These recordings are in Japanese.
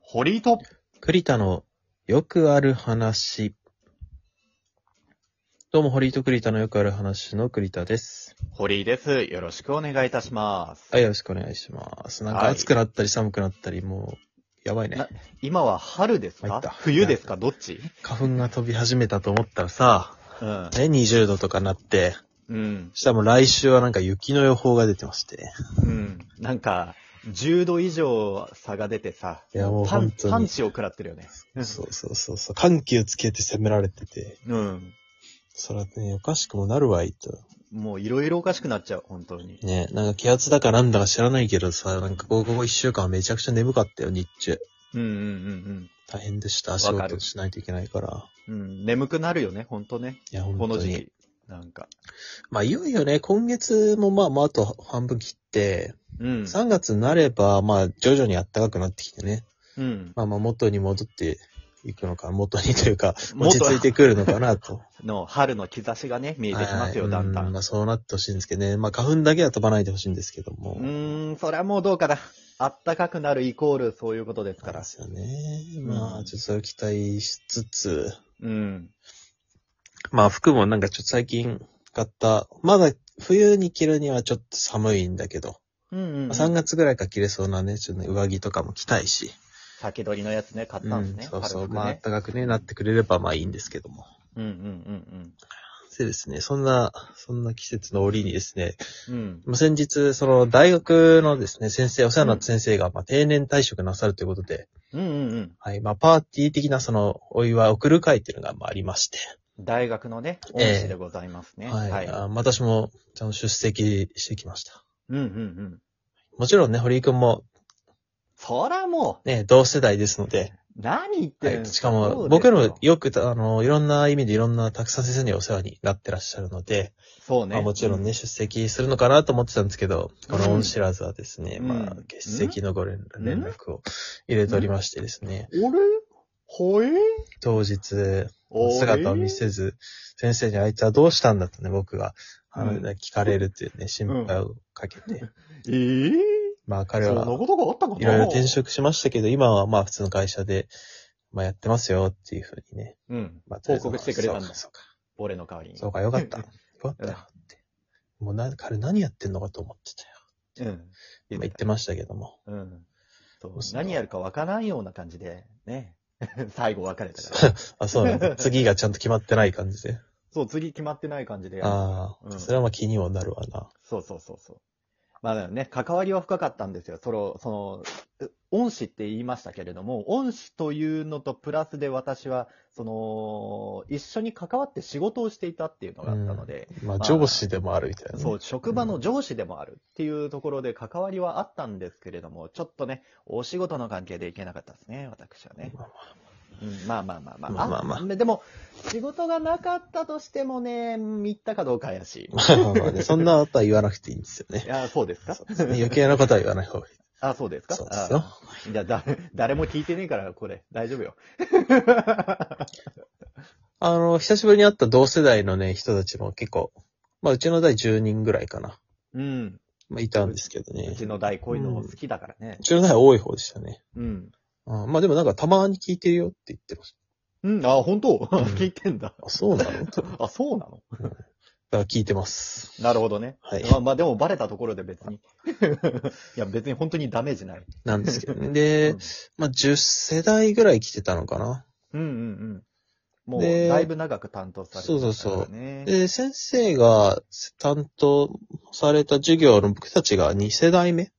堀と、栗田のよくある話。どうも、堀井と栗田のよくある話の栗田です。堀井です。よろしくお願いいたします。はい、よろしくお願いします。なんはかい暑くなったり寒くなったり、もう、やばいねな。今は春です入っかた冬ですかどっち花粉が飛び始めたと思ったらさ、うん。ね、20度とかなって、うん。したらもう来週はなんか雪の予報が出てましてね。うん。なんか、10度以上差が出てさ、いやもうパン本当にパンチを食らってるよね。うんそうそうそうそう。緩急つけて攻められてて、うん。そらね、おかしくもなるわいと。もういろいろおかしくなっちゃう、本当に。ね、なんか気圧だかなんだか知らないけどさ、なんかここ1週間はめちゃくちゃ眠かったよ、日中。うんうん大変でした。仕わかる事しないといけないから。うんうん。うん。眠くなるよね、本当ね。いや、こ本当の時に。期。なんか。まあ、いよいよね、今月もまあまあ、あと半分切って、うん。 3月になれば、まあ、徐々に暖かくなってきてね、うん。まあまあ、元に戻っていくのか、 元にというか、落元ち着いてくるのかなと。の春の兆しがね、見えてきますよ、 はいだんだ。うんんうまあ、そうなってほしいんですけどね。まあ、花粉だけは飛ばないでほしいんですけども。ーん、そりゃもうどうかな。あったかくなるイコールそういうことですかからでら。すよね。まうあ、んちょっとそれを期待しつつ、うん。まあ服もなんかちょっと最近買った、まだ冬に着るにはちょっと寒いんだけど、うんうん、うん。まあ3月ぐらいから着れそうなね、ちょっとね、上着とかも着たいし、先取りのやつね、買ったんですね。そうそう、軽くまあね。暖かくね、なってくれればまあいいんですけども。うんうんでですね、そんな、そんな季節の折にですね、うんうん。まあ先日、その大学のですね、先生、お世話になった先生が、まあ定年退職なさるということで、うん。うんうんうん。はい、まあパーティー的なそのお祝いを送る会っていうのがまあありまして、大学のね、恩師でございますね。はい、はい。あ私もちゃんと出席してきました。うんうんうん。もちろんね、堀井くんもそらもね、同世代ですので、う、何言ってはるんでい、すしかかも、僕らも、よくた、あの、いろんな意味でいろんなたくさん先生にお世話になってらっしゃるので、そうね。まあ、もちろんね、う。出席するのかなと思ってたんですけど、この恩知らずはですね、うんまあうん、欠席のご連うん連絡を入れておりましてですね、俺ほえ当日、俺姿を見せず、先生にあいつはどうしたんだとね、僕が、あのうん聞かれるというね、心配をかけて、えー、まあ、そ彼んはな、ことがあったかないろいろ転。職しましたけど、今はまあ、普通の会社で、まあ、やってますよっていうふうにね、うん。まあ、報告してくれたんだ。そうか。俺の代わりに。そうか、よかった。 よかったよって。もうな、彼何やってんのかと思ってたよ。うん。今言ってましたけども。うん。そうそう何やるかわからんような感じで、ね。 最後別れたから。 あ、そうなんだ。次がちゃんと決まってない感じで。そう、次決まってない感じで。ああ、うんそれはまあ気にもなるわな。そうそうそうそう。まあだよね、関わりは深かったんですよ。その、その、う恩師って言いましたけれども、恩師というのとプラスで私は、その、一緒に関わって仕事をしていたっていうのがあったので、まあまあ上司でもあるみたいな、ね。そう、職場の上司でもあるっていうところで関わりはあったんですけれども、ちょっとね、お仕事の関係でいけなかったですね、私はね。まあ うんまあまあまあまあ。まあまあまあでも、仕事がなかったとしてもね、行ったかどうか怪しい。まあまあまあね、そんなことは言わなくていいんですよい ね。や、そうですかそうですね余計なことは言わない方がいい。あ、そうですかそうですよ。あじゃあ、だ、誰も聞いてねえから、これ、大丈夫よ。あの、久しぶりに会った同世代のね、人たちも結構、まあうちの代10人ぐらいかな。うん。まあいたんですけどねう。ちの代こういうのも好きだからねう。ちの代多い方でしたね。うん。あまあでもなんかたまに聞いてるよって言ってましうん、あ、本当 聞いてんだ。 た。あ、そうなのあ、そうなのだから聞いてます。なるほどね。はい。まあまあでもバレたところで別に。い や別に本当にダメージない。なんですけどね。うでん、まあ、10世代ぐらい来てたのかな。うんうんうん。もうでだいぶ長く担当されてましたからね。で、先生が担当された授業の僕たちが2世代目。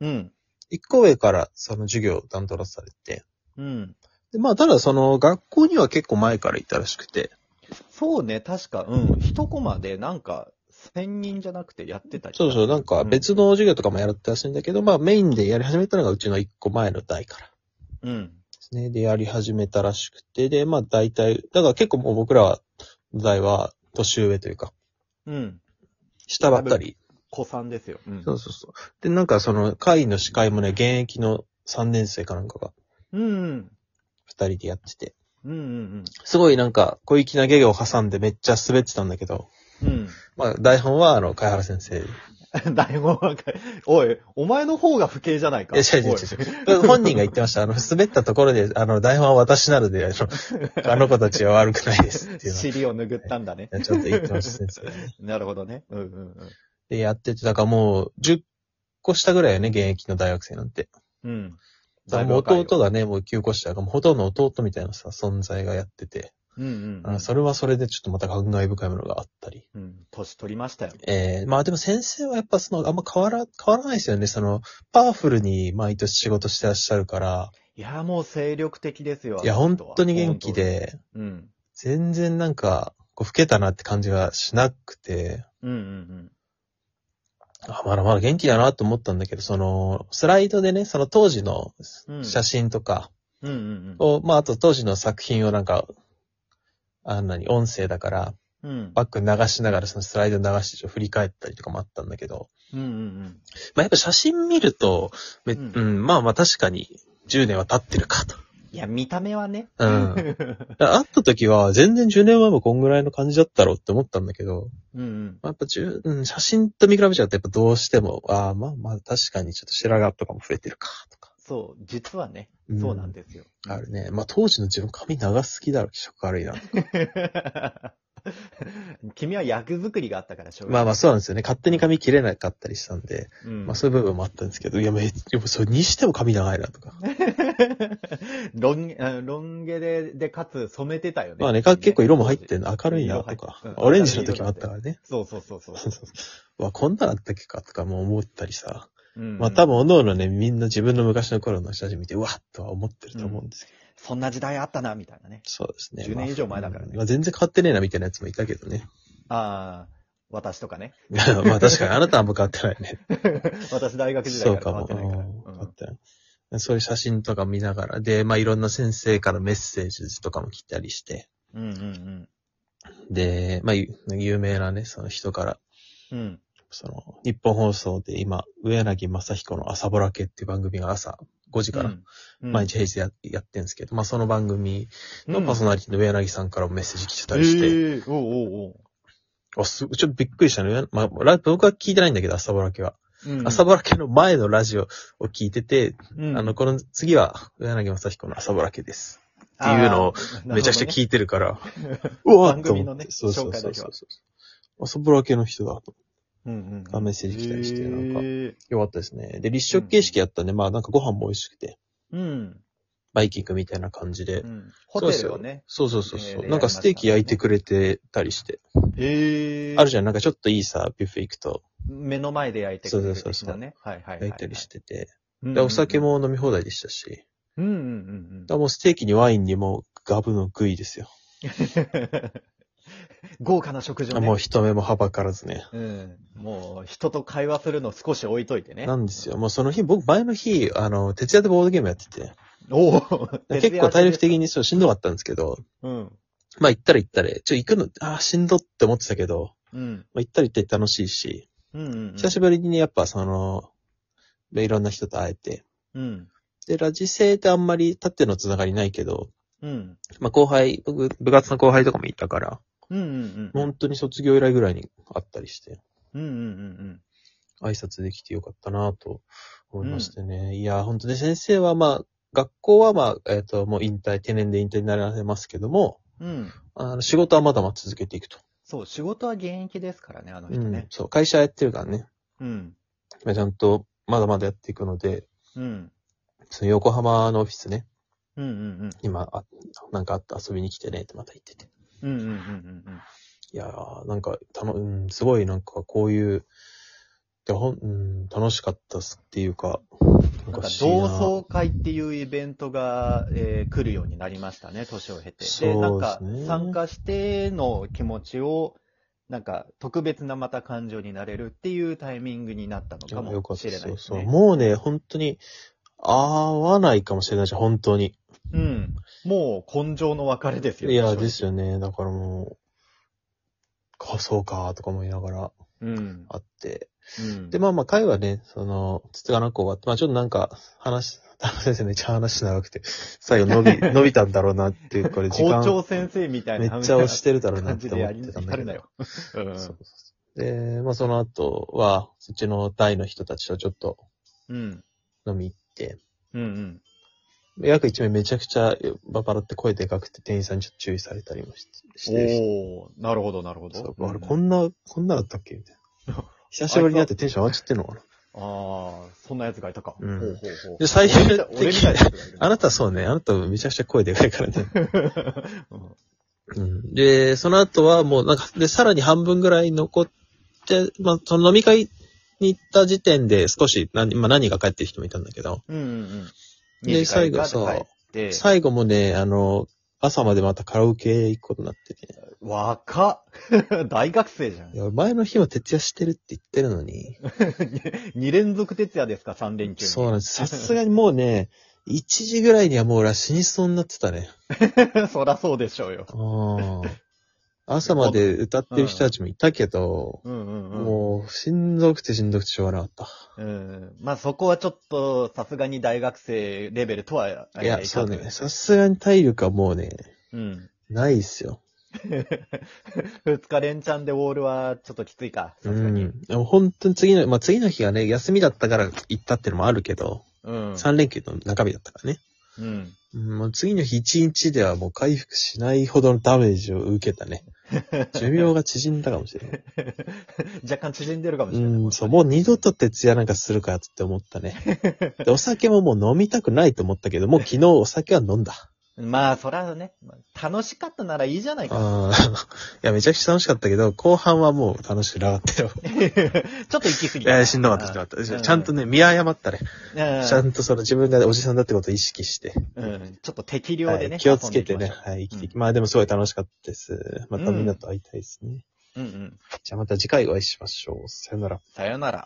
うん。 1個上からその授業を担当されて。うん。で、まあ、ただその学校には結構前からいたらしくて。そうね、確か、うん。一コマでなんか、千人じゃなくてやってたりそうそう、なんか別の授業とかもやったらしいんだけど、まあメインでやり始めたのがうちの1個前の代から。うん。ですね。で、やり始めたらしくて、で、まあ大体、だから結構もう僕らは、代は年上というか、うん。下ばったり子さんですよ。うん。そうそうそう。で、なんかその会の司会もね、現役の3年生かなんかがうんうん。 2人でやってて、うんうんすごいなんか小粋なゲゲを挟んでめっちゃ滑ってたんだけど、うん。うん。まあ台本はあの、貝原先生誰もわかる。おい、お前の方が不敬じゃないか。いや違う違うお違う違う。本人が言ってました。あの、滑ったところで、あの、台本は私なので、あ の、あの子たちは悪くないですっていう尻を拭ったんだね。のをちょっと言ってました、先生。なるほどね。うんうんうん。で、やってて、だからもう、10個下ぐらいよね、現役の大学生なんて。うん。だからもう弟がね、もう9個下だから、もうほとんど弟みたいなさ、存在がやってて、うんうん、あそれはそれでちょっとまた感慨深いものがあったり。うん。年取りましたよ。ええまあでも先生はやっぱその、あんま変わら、変わらないですよね。その、パワフルに毎年仕事してらっしゃるから、いや、もう精力的ですよ。いあや、の本人は当に元気。で、うん。全然なんか、こう、老けたなって感じがしなくて、うんうんあ、まだまだ元気だなと思ったんだけど、その、スライドでね、その当時のうん写真とかうん。うんうんを、まあ、あと当時の作品をなんか、あんなに音声だから、うん。うん。バックに流しながらそのスライド流してちょっと振り返ったりとかもあったんだけど、うんうんまあ、やっぱ写真見ると、めうんうん、まあまあ確かに10年は経ってるかと。 いや、見た目はね。うん。会った時は全然10年前もこんぐらいの感じだったろうって思ったんだけど、うんうん。まあやっぱ10、うん、写真と見比べちゃうとやっぱどうしても、ああ、まあまあ確かにちょっと白髪とかも増えてるかとか。そう、実はね、うんそうなんですよ。あるね。まあ当時の自分髪長すぎだろ、気色悪いな。 君は役作りがあったからしょうまがあまない。あそうなんですよね。勝手に髪切れなかったりしたんで、まあ、うんまあそういう部分もあったんですけど、いやめっでもそれにしても髪長いな とか。ロン毛、あロン毛で、で、かつ染めてたよね。まあね、か結構色も入ってんの明るいな色入とっかうん。オレンジの時もあったからね。そうそうそうそう。わ、こんなのあったっけかとかも思ったりさ。うんまあ多分、おののね、みんな自分の昔の頃の写真見て、うわっとは思ってると思うんですけど。そんな時代あったな、みたいなね。そうですね。 10年以上前だからねまあ全然変わってねえなみたいなやつもいたけ どね。ああ、私とかね。 まあ確かにあなたはあんま変わってないね。私大学時そ代うかから変わってないも。から。うん変わってないそういう写真とか見ながら、で、まあいろんな先生からメッセージとかも来たりして、うんうんで、まあゆ有名なね、その人から、うん。うん。その、日本放送で今、上柳正彦の朝ぼらけっていう番組が朝5時からうん毎日平日や,、やってるんですけど、まあその番組うのんパーソナリティの上柳さんからもメッセージ来てたりして、えーおうおうおうあ、す、ちょっとびっくりしたね。まあ、ラ僕は聞いてないんだけど、朝ぼらけは。うんうん朝ぼらけの前のラジオを聞いてて、うんあの、この次は上柳正彦の朝ぼらけです。っていうのをめちゃくちゃい聞いてる から、うわー番と思組ってのねそうそうそう紹介だけそはうそう。朝ぼらけの人だと。て、うんメッセージ来たりしてなんへかーよかったですね。で、立食形式やったんで、まあなんかご飯も美味しくて、うん。バイキングみたいな感じで。うんホテルをね。そうそうそうそう、えーなんかステーキ焼いてくれてたりして。へえ。あるじゃん、なんかちょっといいさ、ビュッフェ行くと目の前で焼いてくれるそうそうそ的うなね。はいはいはいはい。焼いたりしてて。うんうんうん。で、お酒も飲み放題でしたし。だかうんうんうんらもうステーキにワインにもうガブの食いですよ。うん。豪華な食事をね。もう人目もはばからずね。うん。もう、人と会話するの少し置いといてね。なんですよ。もうその日、僕前の日、あの、徹夜でボードゲームやってて。おお 結構体力。徹夜して的にそうしんどかったんですけど、うん。まあ行ったら行ったら、ちょ、行くの、ああ、しんどって思ってたけど、うん。まあ行ったら行って楽しいし、うんうんうん。久しぶりにねやっぱその、まあいろんな人と会えて、うん。で、ラジ生ってあんまり立ってのつながりないけど、うん。まあ後輩、僕、部活の後輩とかもいたから、うんうんうん。本当に卒業以来ぐらいに会ったりして、うんうんうん挨拶できてよかったなと思いましてね。いや、本当ね、先生はまあ、学校はまあ、えっ、と、もう引退、定年で引退になられますけども、うん。うん。あの仕事はまだまだ続けていくと。そう、仕事は現役ですからね、あのう人んね。。そう、会社やってるからね。うん。まあちゃんと、まだまだやっていくので、うん。その横浜のオフィスね、うんうん今、あなんかあった遊びに来てねってまた言ってて。うん。うんうんうんうんうん。いやー、なんか、たの、うん、すごいなんかこういう、でほんうん、楽しかったっすっていうか、なんか不思議同窓会っていうイベントが、えー来るようになりましたね、年を経て。そうですねなんか参加しての気持ちを、なんか特別なまた感情になれるっていうタイミングになったのかいやよかもっしれなたいそうですそう。ね。もうね、本当に、合わないかもしれないじゃん、本当に。うん。もう根性の別れですよ。いや、正直ですよね。だからもう、か、そうか、とか思いながらうん。あって。うん。で、まあまあ、会はね、その、つつがなく終わって、まあちょっとなんか、話、田中先生めっちゃ話長くて、 最後 伸び、伸びたんだろうなっていう、これ時校間、長先生みたいめなっちゃ押してるだろうな感ってじ思でやっりてたやんだけるどな。よ。うんそうそうそうで、まあその後は、そっちの大の人たちとちょっとうん。飲み行って、うんうん。約一名めちゃくちゃババラって声でかくて店員さんにちょっと注意されたりもししておー、なるほど、なるほど。そうあれ、うんこんな、こんなだったっけみたいな。久しぶりに会ってテンション上がっちゃってんのかな。ああ、そんな奴がいたか。うんほうほうほう。で最終的に俺みたいな奴がいるあなたそうね、あなためちゃくちゃ声でかいからね。うん うん、で、その後はもうなんか、で、さらに半分ぐらい残って、まあその飲み会に行った時点で少し何、まあ何が帰ってる人もいたんだけど、 うんうんうん。で、最後ささ、で、最後もね、あの、朝までまたカラオケ行くことになってね。若っ 大学生じゃんい。や前の日も徹夜してるって言ってるのに。 2連続徹夜ですか、3連休に。そうなん です。さすがにもうね、1時ぐらいにはもう俺は死にそうになってた ね。そらそうでしょうよ。うん朝まで歌ってる人たちもいたけど、うんうんうん。もう、しんどくてしんどくてしょうがなかっうんまあそこはちょっと、さすがに大学生レベルとは、た。えいや、ーそういね。かずさすがに体力はもうね、うん。ないっすよ。二日連チャンでウォールはちょっときついか、うさすがに。ん。でも本当に次の、まあ、次の日がね、休みだったから行ったってのもあるけど、うん。 3連休の中日だったからね。うん。うん、もう次の日1日ではもう回復しないほどのダメージを受け たね。寿命が縮んだかもしれない。 若干縮んでるかもしうれない。ん、そう、もう二度と徹夜なんかするかって思ったね。 で、お酒ももう飲みたくないと思ったけど、もう昨日お酒は飲んだ。まあ、そらね、まあ楽しかったならいいじゃないか。ああ、 いや、めちゃくちゃ楽しかったけど、後半はもう楽しくなかったよ。 ちょっと行き過ぎいた。や、しんどかった、しんどかった。ちゃんとね、見誤ったね。うん、ちゃんとその自分がおじさんだってことを意識して、うんちょっと適量はでね。い、気をつけて遊んでいきまね、しょはい、生きていき、うんまあでもすごい楽しかったです。またみんなと会いたいですね。ううんうん。じゃあまた次回お会いしましょう。さよなら。さよなら。